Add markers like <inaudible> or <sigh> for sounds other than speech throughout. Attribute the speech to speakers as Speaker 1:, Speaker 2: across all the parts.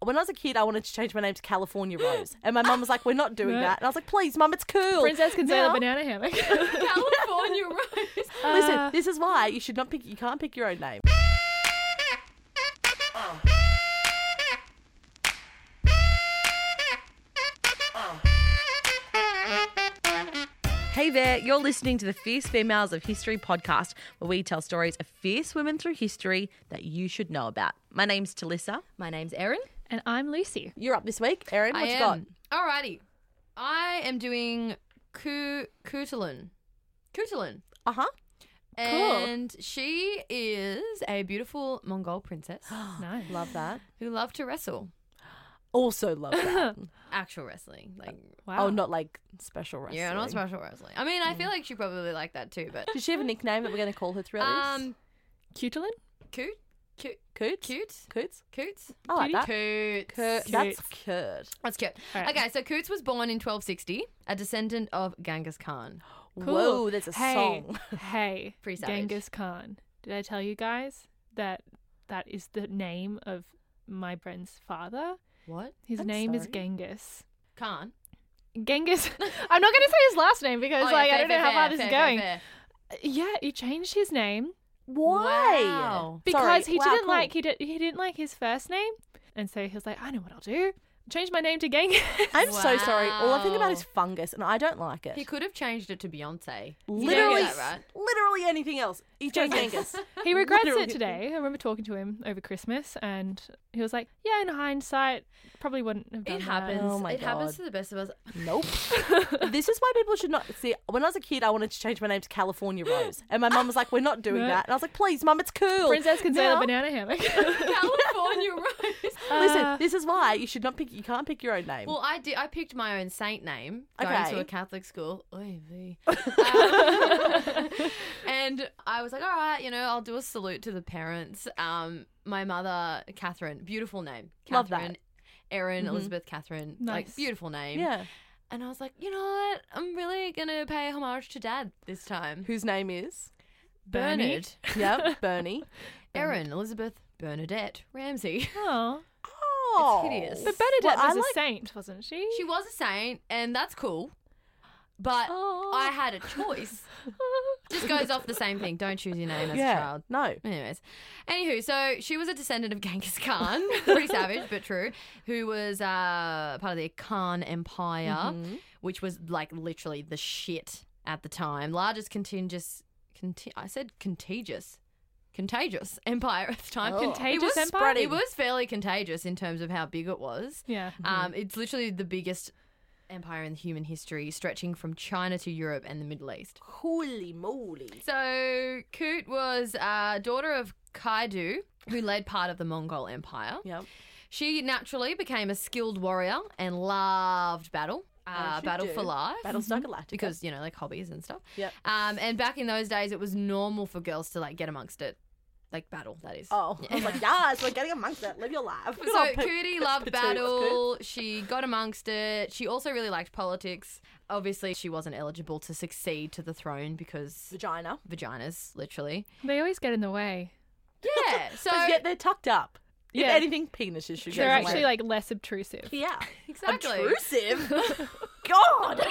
Speaker 1: when I was a kid, I wanted to change my name to
Speaker 2: <gasps>
Speaker 1: California Rose, and my mum was like, "We're not doing
Speaker 3: No.
Speaker 1: that." And I was like, "Please, mum, it's cool."
Speaker 3: Princess can sail
Speaker 1: Now-
Speaker 3: a banana hammock. <laughs>
Speaker 2: <laughs> California Rose.
Speaker 1: Listen,
Speaker 2: <laughs>
Speaker 3: Uh,
Speaker 1: this is why you should not pick. You can't pick your own name. Hey there, you're listening to the Fierce Females of History podcast, where we tell stories of fierce women through history that you should know about. My name's Talissa.
Speaker 2: My name's Erin.
Speaker 3: and I'm Lucy.
Speaker 2: <gasps>
Speaker 1: You're up this week. Erin, what
Speaker 2: I
Speaker 1: you got?
Speaker 2: am. Alrighty. I am doing Ku Kutulin. Kutulin.
Speaker 1: Uh huh.
Speaker 2: And she is a beautiful
Speaker 3: <gasps>
Speaker 2: Mongol princess
Speaker 3: Nice.
Speaker 1: Love that.
Speaker 2: who loved to wrestle.
Speaker 1: Also love
Speaker 2: <laughs>
Speaker 1: that.
Speaker 2: Actual wrestling. Like
Speaker 3: Wow.
Speaker 1: Oh, not like special wrestling.
Speaker 2: Ah. Yeah, not special wrestling. I mean,
Speaker 3: Mm.
Speaker 2: I feel like she probably liked that too,
Speaker 3: <laughs>
Speaker 2: but
Speaker 1: Does she have a nickname that we're going to call her through all this?
Speaker 2: um
Speaker 3: Cutulin?
Speaker 2: cute cute
Speaker 1: Coots?
Speaker 2: cute
Speaker 1: Coots?
Speaker 2: coots
Speaker 1: I like that.
Speaker 2: coots.
Speaker 1: Curt. That's Kurt.
Speaker 2: That's cute.
Speaker 3: Alright.
Speaker 2: Okay, so Coots was born in 1260, a descendant of Genghis Khan.
Speaker 1: Whoa, there's a
Speaker 3: hey,
Speaker 1: song.
Speaker 2: <laughs>
Speaker 3: hey,
Speaker 2: Pretty savage.
Speaker 3: Genghis Khan. Did I tell you guys that that is the name of my friend's father?
Speaker 2: What?
Speaker 3: His
Speaker 1: I'm
Speaker 3: name is
Speaker 1: sorry.
Speaker 3: Genghis.
Speaker 2: Khan. <laughs>
Speaker 3: Genghis. I'm not going to say his last name because
Speaker 2: Oh, yeah,
Speaker 3: like I
Speaker 2: fair,
Speaker 3: don't know
Speaker 2: fair,
Speaker 3: how far
Speaker 2: fair,
Speaker 3: this is
Speaker 2: fair,
Speaker 3: going.
Speaker 2: fair, fair.
Speaker 3: Yeah, he changed his name
Speaker 1: Why?
Speaker 2: Wow.
Speaker 1: Sorry.
Speaker 3: because he
Speaker 1: Wow,
Speaker 3: didn't
Speaker 1: cool.
Speaker 3: like he did he didn't like his first name, and so he was like, I know what I'll do. Change my name to Genghis.
Speaker 1: I'm so sorry. All I think about
Speaker 2: Wow.
Speaker 1: is fungus, and I don't like it.
Speaker 2: He could have changed it to Beyonce.
Speaker 1: literally,
Speaker 2: You don't get that, right?
Speaker 1: literally anything else. He changed Angus.
Speaker 3: <laughs> He regrets
Speaker 1: Literally.
Speaker 3: it today. I remember talking to him over Christmas, and he was like, "Yeah, in hindsight, probably wouldn't have done
Speaker 2: It
Speaker 3: that."
Speaker 2: happens.
Speaker 1: Oh my
Speaker 2: it happens
Speaker 1: God.
Speaker 2: to the best
Speaker 1: <laughs>
Speaker 2: of us.
Speaker 1: <laughs>
Speaker 2: <laughs>
Speaker 1: Nope. this is why people should not see. When I was a kid, I wanted to change my name to California Rose, and my mum was like, "We're not doing
Speaker 3: No.
Speaker 1: that." And I was like, "Please, mum, it's cool."
Speaker 3: Princess can sail
Speaker 1: Now-
Speaker 3: a banana hammock.
Speaker 2: California Rose.
Speaker 1: Listen,
Speaker 3: Uh,
Speaker 1: this is why you should not pick. You can't pick your own name.
Speaker 2: Well, I did. I picked my own saint name going
Speaker 1: Okay.
Speaker 2: to a Catholic school. Oy vey. Um, <laughs> and I was like, all right, you know, I'll do a salute to the parents. Um, my mother, Catherine, beautiful name.
Speaker 1: Love that.
Speaker 2: Catherine, Erin,
Speaker 1: Mhm.
Speaker 2: Elizabeth, Catherine, like
Speaker 3: Nice.
Speaker 2: beautiful name.
Speaker 1: yeah.
Speaker 2: And I was like, you know what? I'm really gonna pay homage to Dad this time.
Speaker 1: Whose name is?
Speaker 3: Bernie.
Speaker 2: Bernard,
Speaker 1: Yeah, <laughs> Bernie.
Speaker 2: Erin, Elizabeth, Bernadette, Ramsey.
Speaker 3: <laughs> Oh,
Speaker 1: Oh,
Speaker 2: hideous.
Speaker 3: but Bernadette
Speaker 1: Well, I
Speaker 3: was a
Speaker 1: like-
Speaker 3: saint, wasn't she? <laughs>
Speaker 2: She was a saint, and that's cool. But
Speaker 3: Oh.
Speaker 2: I <laughs> had
Speaker 1: <laughs>
Speaker 2: a choice. Just goes off the same thing. Don't choose your name as
Speaker 1: yeah.
Speaker 2: a child.
Speaker 1: No.
Speaker 2: Anyways, anywho, so she was a descendant
Speaker 1: <laughs>
Speaker 2: of Genghis Khan, pretty savage but true, who was uh, part of the Khan Empire,
Speaker 1: Mm-hmm.
Speaker 2: which was like literally the shit at the time. Largest contagious, conti- I said contagious, contagious empire at the time.
Speaker 1: Oh.
Speaker 2: it
Speaker 3: Contagious
Speaker 2: was
Speaker 3: empire?
Speaker 2: spreading. It was fairly contagious in terms of how big it was.
Speaker 3: yeah.
Speaker 2: Um, it's literally the biggest empire in human history, stretching from China to Europe and the Middle East.
Speaker 1: Holy moly.
Speaker 2: So Kut was uh, daughter of Kaidu, who led part of the Mongol Empire.
Speaker 1: Yep.
Speaker 2: She naturally became a skilled warrior and loved battle,
Speaker 1: As
Speaker 2: uh,
Speaker 1: you
Speaker 2: battle
Speaker 1: do.
Speaker 2: for life.
Speaker 1: Battlestar Galactica.
Speaker 2: <laughs> because you know, like hobbies and stuff.
Speaker 1: Yep.
Speaker 2: Um, and back in those days, it was normal for girls to like get amongst it, like battle. That is.
Speaker 1: Oh, I was like, yeah, so we're getting amongst it. Live your life. <laughs> Good
Speaker 2: So
Speaker 1: old Pete.
Speaker 2: Cootie loved
Speaker 1: Petula Oh, was good.
Speaker 2: battle. She got amongst it. She also really liked politics. Obviously, she wasn't eligible to succeed to the throne because
Speaker 1: Vagina.
Speaker 2: vaginas, literally.
Speaker 3: they always get in the way.
Speaker 2: Yeah. <laughs> So
Speaker 1: But yet they're tucked up.
Speaker 3: Yeah.
Speaker 1: If anything, penises should
Speaker 3: They're
Speaker 1: go
Speaker 3: actually
Speaker 1: away.
Speaker 3: like less obtrusive.
Speaker 1: yeah.
Speaker 2: exactly.
Speaker 1: Obtrusive. God.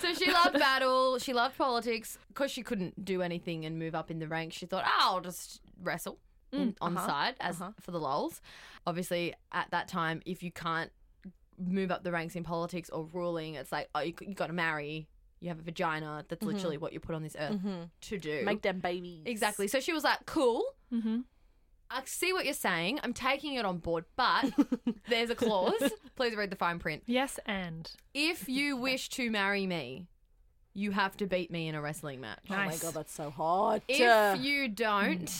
Speaker 2: So she loved battle. She loved politics because she couldn't do anything and move up in the ranks. She thought, oh, I'll just wrestle in- on the side as for the lols. Obviously, at that time, if you can't move up the ranks in politics or ruling, it's like, oh, you, you got to marry. You have a vagina. That's literally what you put on this earth to do.
Speaker 1: Make them babies.
Speaker 2: exactly. So she was like, cool.
Speaker 3: Mm-hmm.
Speaker 2: I see what you're saying. I'm taking it on board, but there's a clause. Please read the fine print.
Speaker 3: Yes, and <laughs>
Speaker 2: If you wish to marry me, you have to beat me in a wrestling match.
Speaker 1: Oh
Speaker 3: Nice.
Speaker 1: my god, that's so hot. Uh,
Speaker 2: If you don't,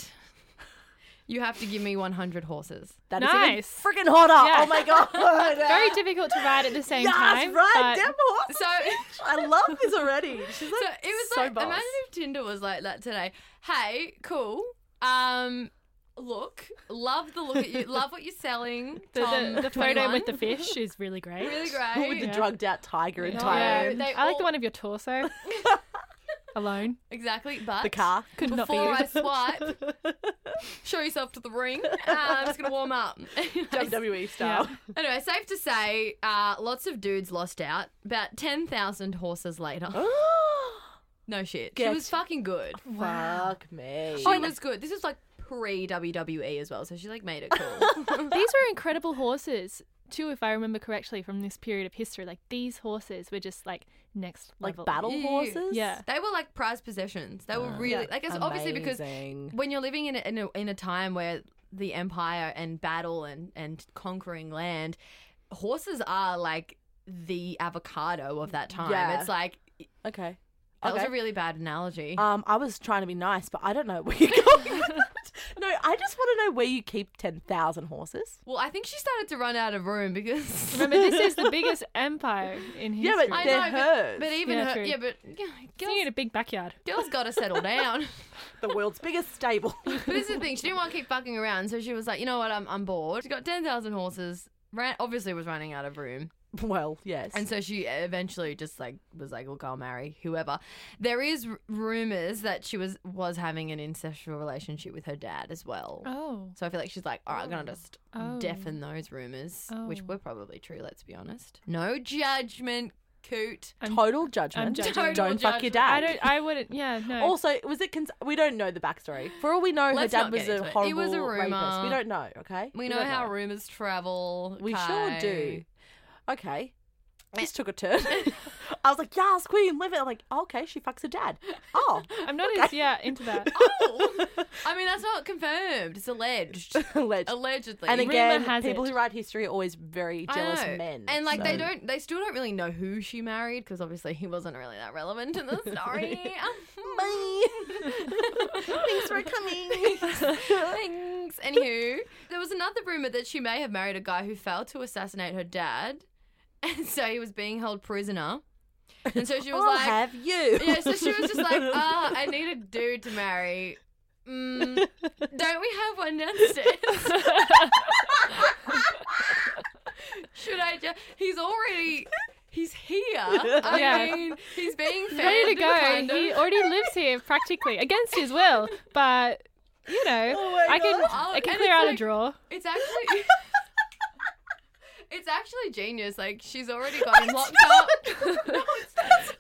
Speaker 2: you have to give me 100 horses.
Speaker 1: that is even
Speaker 3: Nice.
Speaker 1: Freaking hotter.
Speaker 3: Yeah.
Speaker 1: Oh my god.
Speaker 3: <laughs> very difficult to ride at the
Speaker 1: <laughs>
Speaker 3: same
Speaker 1: Yes,
Speaker 3: time.
Speaker 1: right.
Speaker 3: but-
Speaker 1: Damn hot.
Speaker 2: So, so
Speaker 1: I love this already. She's like,
Speaker 3: <laughs>
Speaker 2: it was
Speaker 1: so
Speaker 2: like,
Speaker 1: boss.
Speaker 2: imagine if Tinder was like that today. Hey, cool. Um, look, love the look at you, love what you're selling.
Speaker 3: <laughs> The,
Speaker 2: Tom,
Speaker 3: the, the photo
Speaker 2: 21.
Speaker 3: with the fish is really great. <laughs>
Speaker 2: <laughs> really great.
Speaker 1: with the
Speaker 3: Yeah.
Speaker 1: drugged out tiger and
Speaker 2: No.
Speaker 1: tiger.
Speaker 2: Oh, They
Speaker 3: I like
Speaker 2: <laughs> all-
Speaker 3: the one of your torso. alone.
Speaker 2: Exactly, but
Speaker 1: The car.
Speaker 3: Could not be
Speaker 2: Before I
Speaker 3: <laughs> you.
Speaker 2: swipe, show yourself to the ring. Uh, I'm just gonna
Speaker 3: <laughs>
Speaker 2: warm up. <laughs>
Speaker 1: WWE E style.
Speaker 2: Anyway, safe to say, uh, lots of dudes lost out. About ten thousand horses later. No shit, she
Speaker 1: Oh. Get- Oh,
Speaker 2: was fucking good.
Speaker 1: Fuck me.
Speaker 2: She was good. This was like pre WWE as well, so she like made
Speaker 1: <laughs>
Speaker 2: it cool.
Speaker 3: These were incredible horses, too, if I remember correctly from this period of history. Like these horses were just like next
Speaker 1: like
Speaker 3: level.
Speaker 1: battle
Speaker 2: Yeah.
Speaker 1: horses?
Speaker 3: Yeah.
Speaker 2: they were like prized possessions. They were
Speaker 1: Oh,
Speaker 2: really like it's obviously because
Speaker 1: Amazing.
Speaker 2: when you're living in a, in a, in a time where the empire and battle and, and conquering land, horses are like the avocado of that time.
Speaker 1: Yeah.
Speaker 2: It's like
Speaker 1: Okay.
Speaker 2: that was
Speaker 1: Okay. <laughs>
Speaker 2: a really bad analogy.
Speaker 1: Um, I was trying to be nice, but I don't know where you're <laughs> going. with that. no, I just want to know where you keep ten thousand horses.
Speaker 2: well, I think she started to run out of
Speaker 1: <laughs>
Speaker 2: room because.
Speaker 3: Remember, this is the biggest empire in history.
Speaker 1: Yeah, but
Speaker 2: I
Speaker 1: they're
Speaker 2: know,
Speaker 1: hers.
Speaker 2: But even
Speaker 3: Yeah,
Speaker 2: her,
Speaker 3: true.
Speaker 2: yeah, but yeah,
Speaker 3: So you
Speaker 2: girls,
Speaker 3: need a big backyard.
Speaker 2: girls got to settle down. <laughs>
Speaker 1: the world's biggest stable. <laughs>
Speaker 2: But this is the thing. She didn't want to keep fucking around, so she was like, you know what, I'm, I'm bored. She got 10,000 horses, ran, obviously was running out of room.
Speaker 1: well, yes.
Speaker 2: And so she eventually just like was like, look, I'll marry whoever. There is r- rumors that she was was having an incestual relationship with her dad as well.
Speaker 3: Oh.
Speaker 2: So I feel like she's like, all right, I'm gonna just
Speaker 3: Oh.
Speaker 2: deafen those rumors, which
Speaker 3: Oh.
Speaker 2: were probably true. Let's be honest. No judgment, coot.
Speaker 3: I'm-
Speaker 1: total judgment.
Speaker 3: I'm judging. Total
Speaker 1: don't fuck your
Speaker 2: judgment.
Speaker 1: dad.
Speaker 3: I don't. I wouldn't. Yeah, no.
Speaker 1: Also, was it? Cons- we don't know the backstory. For all we know,
Speaker 2: Let's
Speaker 1: her
Speaker 2: not
Speaker 1: dad was
Speaker 2: get
Speaker 1: a
Speaker 2: into it.
Speaker 1: horrible
Speaker 2: It was a
Speaker 1: rapist.
Speaker 2: rumour.
Speaker 1: We don't know. Okay.
Speaker 2: We know
Speaker 1: don't
Speaker 2: how rumors travel.
Speaker 1: We sure
Speaker 2: Kai. Eh.
Speaker 1: do. Okay. This took a
Speaker 2: <laughs>
Speaker 1: turn.
Speaker 3: <laughs>
Speaker 1: I was like, "Yes, queen, live it." I'm like, "Okay, she fucks her dad."
Speaker 2: <laughs>
Speaker 1: Oh,
Speaker 3: I'm not as yeah into that.
Speaker 1: <laughs>
Speaker 2: Oh, I mean that's not confirmed.
Speaker 1: <laughs>
Speaker 2: It's alleged,
Speaker 1: alleged.
Speaker 2: allegedly.
Speaker 1: And
Speaker 3: Rumour
Speaker 1: again,
Speaker 3: has
Speaker 1: people
Speaker 3: it.
Speaker 1: who write history are always very
Speaker 2: I
Speaker 1: jealous
Speaker 2: know.
Speaker 1: men.
Speaker 2: And like
Speaker 1: <laughs> so-
Speaker 2: they don't, they still don't really know who she married because obviously he wasn't really that relevant in the story.
Speaker 1: <laughs>
Speaker 2: <laughs>
Speaker 1: Bye. Thanks for
Speaker 2: <laughs>
Speaker 1: coming. <laughs>
Speaker 2: Thanks. Anywho, there was another rumor that she may have married a guy who failed to assassinate her dad, <laughs> and so he was being held prisoner. And so she was
Speaker 1: I'll
Speaker 2: like,
Speaker 1: have you.
Speaker 2: yeah. So she was
Speaker 1: <laughs>
Speaker 3: <laughs>
Speaker 2: just like, ah, I need a dude to marry. Mm, don't we have one downstairs? <laughs> Should I just? He's already. He's here. I
Speaker 3: Yeah.
Speaker 2: mean, he's being
Speaker 3: <laughs>
Speaker 2: fed.
Speaker 3: Ready to go.
Speaker 2: kind of.
Speaker 3: He already lives here practically against his will, but you know,
Speaker 1: Oh my
Speaker 3: I can
Speaker 1: God.
Speaker 2: Oh,
Speaker 3: I can
Speaker 2: and
Speaker 3: clear
Speaker 2: it's
Speaker 3: out
Speaker 2: like-
Speaker 3: a drawer. <laughs>
Speaker 2: It's actually It's actually genius. Like she's already
Speaker 3: <laughs>
Speaker 2: got him locked up. no,
Speaker 1: <laughs>
Speaker 2: it's not. <laughs>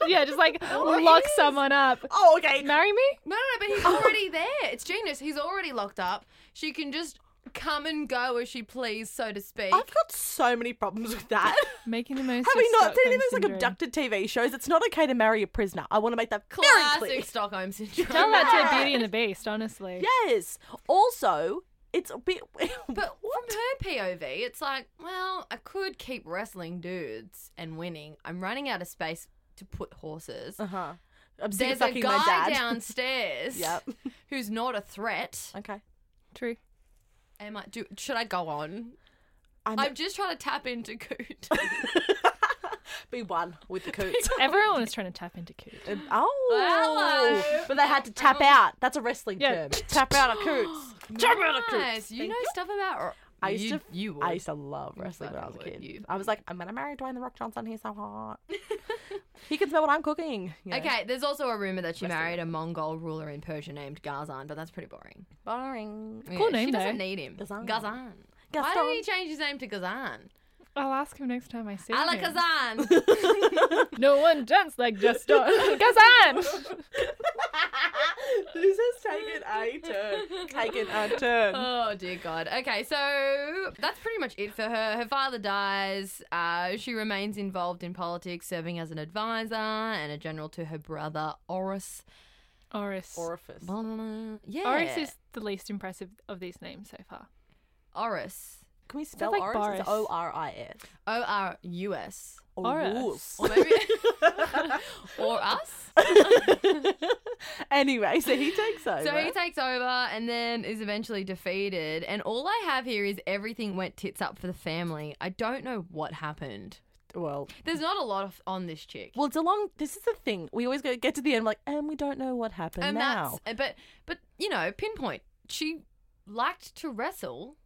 Speaker 3: Yeah, just like
Speaker 1: it
Speaker 3: lock
Speaker 1: is.
Speaker 3: someone up.
Speaker 1: oh, okay.
Speaker 3: Marry me?
Speaker 2: No, no, no, but
Speaker 3: Oh.
Speaker 2: he's already there. It's genius. He's already locked up. She can just come and go as she please, so to speak.
Speaker 1: I've got so many problems with that.
Speaker 3: Making the most.
Speaker 1: <laughs> Have
Speaker 3: of
Speaker 1: we not seen
Speaker 3: Stockholm
Speaker 1: any of those like
Speaker 3: syndrome.
Speaker 1: abducted TV shows? It's not okay to marry a prisoner. I want to make that
Speaker 2: Classic
Speaker 1: very clear.
Speaker 2: Stockholm syndrome.
Speaker 3: Tell that to
Speaker 1: Yeah. <laughs>
Speaker 3: Beauty and the Beast, honestly.
Speaker 1: Yes. Also, it's a bit. <laughs>
Speaker 2: But from her POV, it's like, well, I could keep wrestling dudes and winning. I'm running out of space to put horses.
Speaker 1: uh huh. I'm sick of
Speaker 2: Uh-huh. There's a
Speaker 1: fucking my
Speaker 2: guy
Speaker 1: dad.
Speaker 2: downstairs
Speaker 1: <laughs> Yep.
Speaker 2: who's not a threat.
Speaker 1: Okay. <laughs>
Speaker 3: True.
Speaker 2: Am I, do, should I go on?
Speaker 1: I'm,
Speaker 2: I'm just trying to tap into Coot.
Speaker 1: <laughs> be one with the
Speaker 2: <laughs>
Speaker 1: coots.
Speaker 3: Everyone was trying to tap into Coot.
Speaker 1: Um, oh.
Speaker 2: Hello. Oh.
Speaker 1: But they had to tap out. That's a wrestling
Speaker 3: Yeah.
Speaker 1: term. tap out of
Speaker 2: <gasps>
Speaker 1: coots. <laughs> tap out of
Speaker 2: Nice.
Speaker 1: coots.
Speaker 2: You know stuff about. r-
Speaker 1: I used
Speaker 2: you,
Speaker 1: to-
Speaker 2: You
Speaker 1: I
Speaker 2: would.
Speaker 1: used to love wrestling when I was a
Speaker 2: fucking
Speaker 1: kid.
Speaker 2: would, you.
Speaker 1: I was like, I'm gonna marry Dwayne the Rock Johnson. He's so <laughs> hot. he can smell what I'm cooking. You know?
Speaker 2: Okay, there's also a rumor that she married a Mongol ruler in Persia named Ghazan, but that's pretty boring.
Speaker 1: Boring.
Speaker 2: Yeah,
Speaker 3: Cool name,
Speaker 2: She doesn't
Speaker 3: though.
Speaker 2: need him.
Speaker 1: Ghazan.
Speaker 2: Ghazan. Why
Speaker 1: Gaston.
Speaker 2: did he change his name to Ghazan?
Speaker 3: I'll ask him next time I see
Speaker 2: Ala
Speaker 3: him.
Speaker 2: Ghazan.
Speaker 3: No one
Speaker 1: <laughs>
Speaker 3: dance like just <laughs> Kazan.
Speaker 1: <laughs> this has taken a turn. Taken a <laughs> turn.
Speaker 2: oh dear God. Okay, so that's pretty much it for her. Her father dies. Uh, she remains involved in politics, serving as an advisor and a general to her brother Oris.
Speaker 3: Oris.
Speaker 1: Orifice.
Speaker 2: Blah, blah, blah. Yeah.
Speaker 3: Oris is the least impressive of these names so far.
Speaker 2: Oris.
Speaker 1: Can we spell
Speaker 3: like
Speaker 1: Oris?
Speaker 3: Boris.
Speaker 1: It's O R I S.
Speaker 2: O R U S.
Speaker 3: Oris.
Speaker 2: Or maybe. <laughs> or us.
Speaker 1: <laughs> anyway, so he takes over.
Speaker 2: So he takes over and then is eventually defeated. And all I have here is everything went tits up for the family. I don't know what happened.
Speaker 1: well,
Speaker 2: There's not a lot of, on this chick.
Speaker 1: well, it's a long. This is the thing. We always go get to the end like, and we don't know what happened
Speaker 2: and
Speaker 1: now.
Speaker 2: that's but but you know, pinpoint. She liked to wrestle,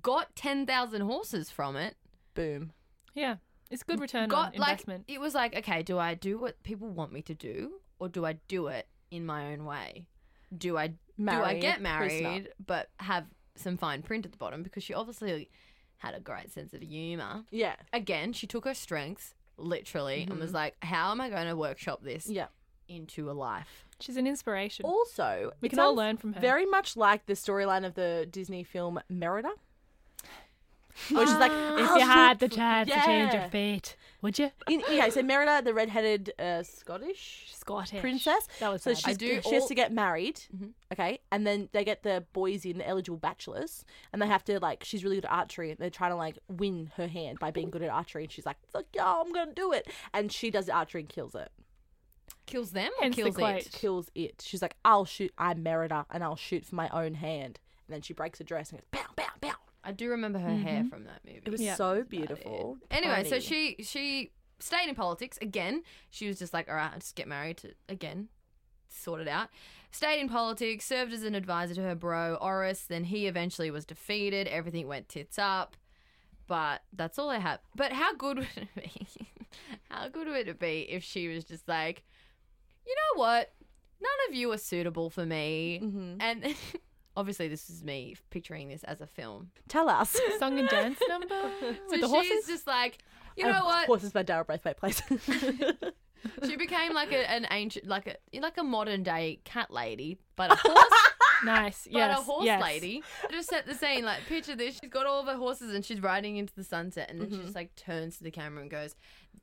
Speaker 2: got ten thousand horses from it.
Speaker 1: Boom. Mm,
Speaker 3: Yeah, it's good return
Speaker 2: got
Speaker 3: on investment.
Speaker 2: like it was like okay do i do what people want me to do or do I do it in my own way? Do I do I
Speaker 1: Marry a
Speaker 2: get
Speaker 1: prisoner.
Speaker 2: married but have some fine print at the bottom because she obviously had a great sense of humor.
Speaker 1: Yeah.
Speaker 2: Again, she took her strengths literally and was like, "How am I going to workshop this
Speaker 1: Mm-hmm. Yeah.
Speaker 2: into a life?"
Speaker 3: She's an inspiration.
Speaker 1: Also, Oh,
Speaker 3: We
Speaker 1: it
Speaker 3: can all
Speaker 1: sounds
Speaker 3: learn from her.
Speaker 1: Very much like the storyline of the Disney film <gasps> Merida, where she's like,
Speaker 3: if
Speaker 1: "I'll
Speaker 3: you had the
Speaker 1: shoot
Speaker 3: chance to change
Speaker 1: yeah.
Speaker 3: your fate, would you?
Speaker 1: In, okay, so Merida, the red-headed uh, Scottish
Speaker 3: Scottish
Speaker 1: princess.
Speaker 3: That was
Speaker 1: So
Speaker 3: bad.
Speaker 1: she's,
Speaker 2: do
Speaker 1: she has
Speaker 2: all-
Speaker 1: to get married, okay, and then they get the boys in, the eligible bachelors, and they have to like. She's really good at archery, and they're trying to like win her hand by being good at archery. And she's like, "Fuck y'all, I'm gonna do it!" And she does the archery and kills it.
Speaker 2: Kills them or
Speaker 3: Hence the
Speaker 2: kills
Speaker 3: quote.
Speaker 2: it?
Speaker 1: Kills it. She's like, "I'll shoot. I'm Merida, and I'll shoot for my own hand." And then she breaks a dress and goes, "Bow, bow, bow."
Speaker 2: I do remember her hair from that movie.
Speaker 1: Mm-hmm. It was
Speaker 3: Yeah.
Speaker 1: so
Speaker 2: about it.
Speaker 1: beautiful.
Speaker 2: Anyway, so
Speaker 1: Funny.
Speaker 2: she she stayed in politics again. She was just like, all right, I'll just get married to again, sort it out. Stayed in politics, served as an advisor to her bro Oris. Then he eventually was defeated. Everything went tits up. But that's all I have. But how good <laughs> would it be? how good would it be if she was just like, you know what? None of you are suitable for me.
Speaker 1: Mm-hmm.
Speaker 2: And <laughs> obviously, this is me picturing this as a film.
Speaker 1: tell us.
Speaker 3: Song and dance
Speaker 1: <laughs>
Speaker 3: number
Speaker 2: So
Speaker 3: with the
Speaker 2: she's
Speaker 3: horses.
Speaker 2: just like, <laughs> you
Speaker 1: Oh,
Speaker 2: know what?
Speaker 1: Horses by Daryl Braithwaite plays.
Speaker 2: She became like a, an ancient, like a like a modern day cat lady, but a horse,
Speaker 3: Nice.
Speaker 2: but
Speaker 3: yes.
Speaker 2: a horse
Speaker 3: yes.
Speaker 2: lady. Just set the scene. Like picture this: she's got all of her horses and she's riding into the sunset, and then she just like turns to the camera and goes,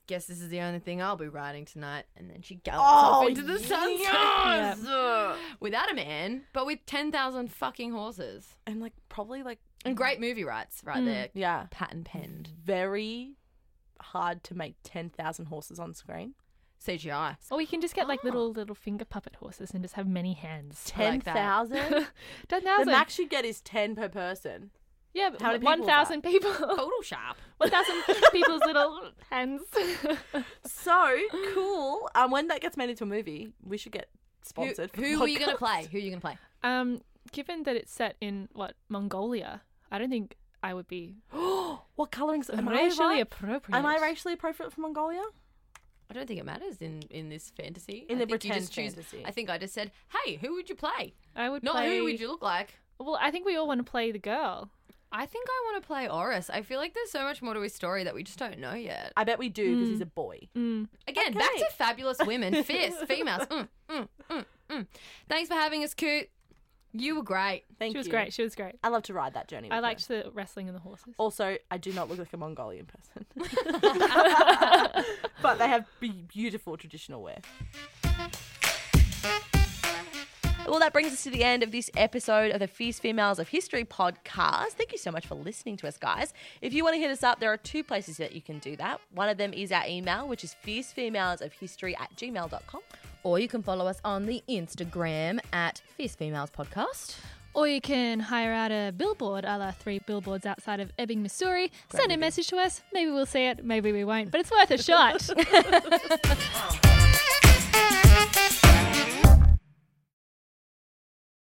Speaker 2: "Guess this is the only thing I'll be riding tonight." And then she gallops
Speaker 1: Oh,
Speaker 2: off into the sunset <laughs>
Speaker 3: yes!
Speaker 2: without a man, but with ten thousand fucking horses.
Speaker 1: <laughs> and like probably like
Speaker 2: And great movie rights right there,
Speaker 1: yeah,
Speaker 2: patent penned
Speaker 1: very hard to make ten thousand horses on screen.
Speaker 2: CGI.
Speaker 3: Or we can just get like
Speaker 1: Oh.
Speaker 3: little little finger puppet horses and just have many hands.
Speaker 2: I
Speaker 1: Ten
Speaker 2: like that.
Speaker 1: thousand.
Speaker 2: <laughs>
Speaker 3: <laughs>
Speaker 1: the
Speaker 3: Ten thousand.
Speaker 1: max you get is ten per person.
Speaker 3: yeah, but
Speaker 1: How many
Speaker 3: one
Speaker 1: people is that? Oh.
Speaker 3: thousand people.
Speaker 1: <laughs>
Speaker 2: Photoshop.
Speaker 3: one thousand people's little hands. <laughs>
Speaker 1: So cool. Um, when that gets made into a movie, we should get
Speaker 2: Who,
Speaker 1: sponsored. for the
Speaker 2: who are you gonna
Speaker 1: podcast.
Speaker 2: play? Who are you gonna play?
Speaker 3: um, given that it's set in what Mongolia, I don't think I would be
Speaker 1: <gasps> what colorings? Am I
Speaker 3: racially
Speaker 1: right?
Speaker 3: appropriate.
Speaker 1: Am I racially appropriate for Mongolia?
Speaker 2: I don't think it matters in in this fantasy.
Speaker 1: In the
Speaker 2: I think you
Speaker 1: pretend
Speaker 2: just choose-
Speaker 1: fantasy.
Speaker 2: I think I just said, "Hey, who would you play?
Speaker 3: I would
Speaker 2: Not
Speaker 3: play.
Speaker 2: who would you look like."
Speaker 3: Well, I think we all want to play the girl.
Speaker 2: I think I want to play Oris. I feel like there's so much more to his story that we just don't know yet.
Speaker 1: I bet we do because
Speaker 2: Mm.
Speaker 1: he's a boy.
Speaker 3: Mm,
Speaker 2: Again, back to
Speaker 1: Okay.
Speaker 2: fabulous women, <laughs> fierce females. Mm, mm, mm, mm. Thanks for having us, Coot. You were great.
Speaker 1: Thank
Speaker 3: She was
Speaker 1: you.
Speaker 3: great. She was great.
Speaker 1: I love to ride that journey.
Speaker 3: I
Speaker 1: with her.
Speaker 3: liked the wrestling and the horses.
Speaker 1: Also, I do not look like a Mongolian person. <laughs> but they have be- beautiful traditional wear.
Speaker 4: Well, that brings us to the end of this episode of the Fierce Females of History podcast. Thank you so much for listening to us, guys. If you want to hit us up, there are two places that you can do that. One of them is our email, which is fiercefemalesofhistory at gmail.com.
Speaker 2: Or you can follow us on the Instagram at Fierce Females Podcast.
Speaker 3: Or you can hire out a billboard a la three billboards outside of Ebbing, Missouri. Send a message to us. Maybe we'll see it, maybe we won't, but it's worth a shot.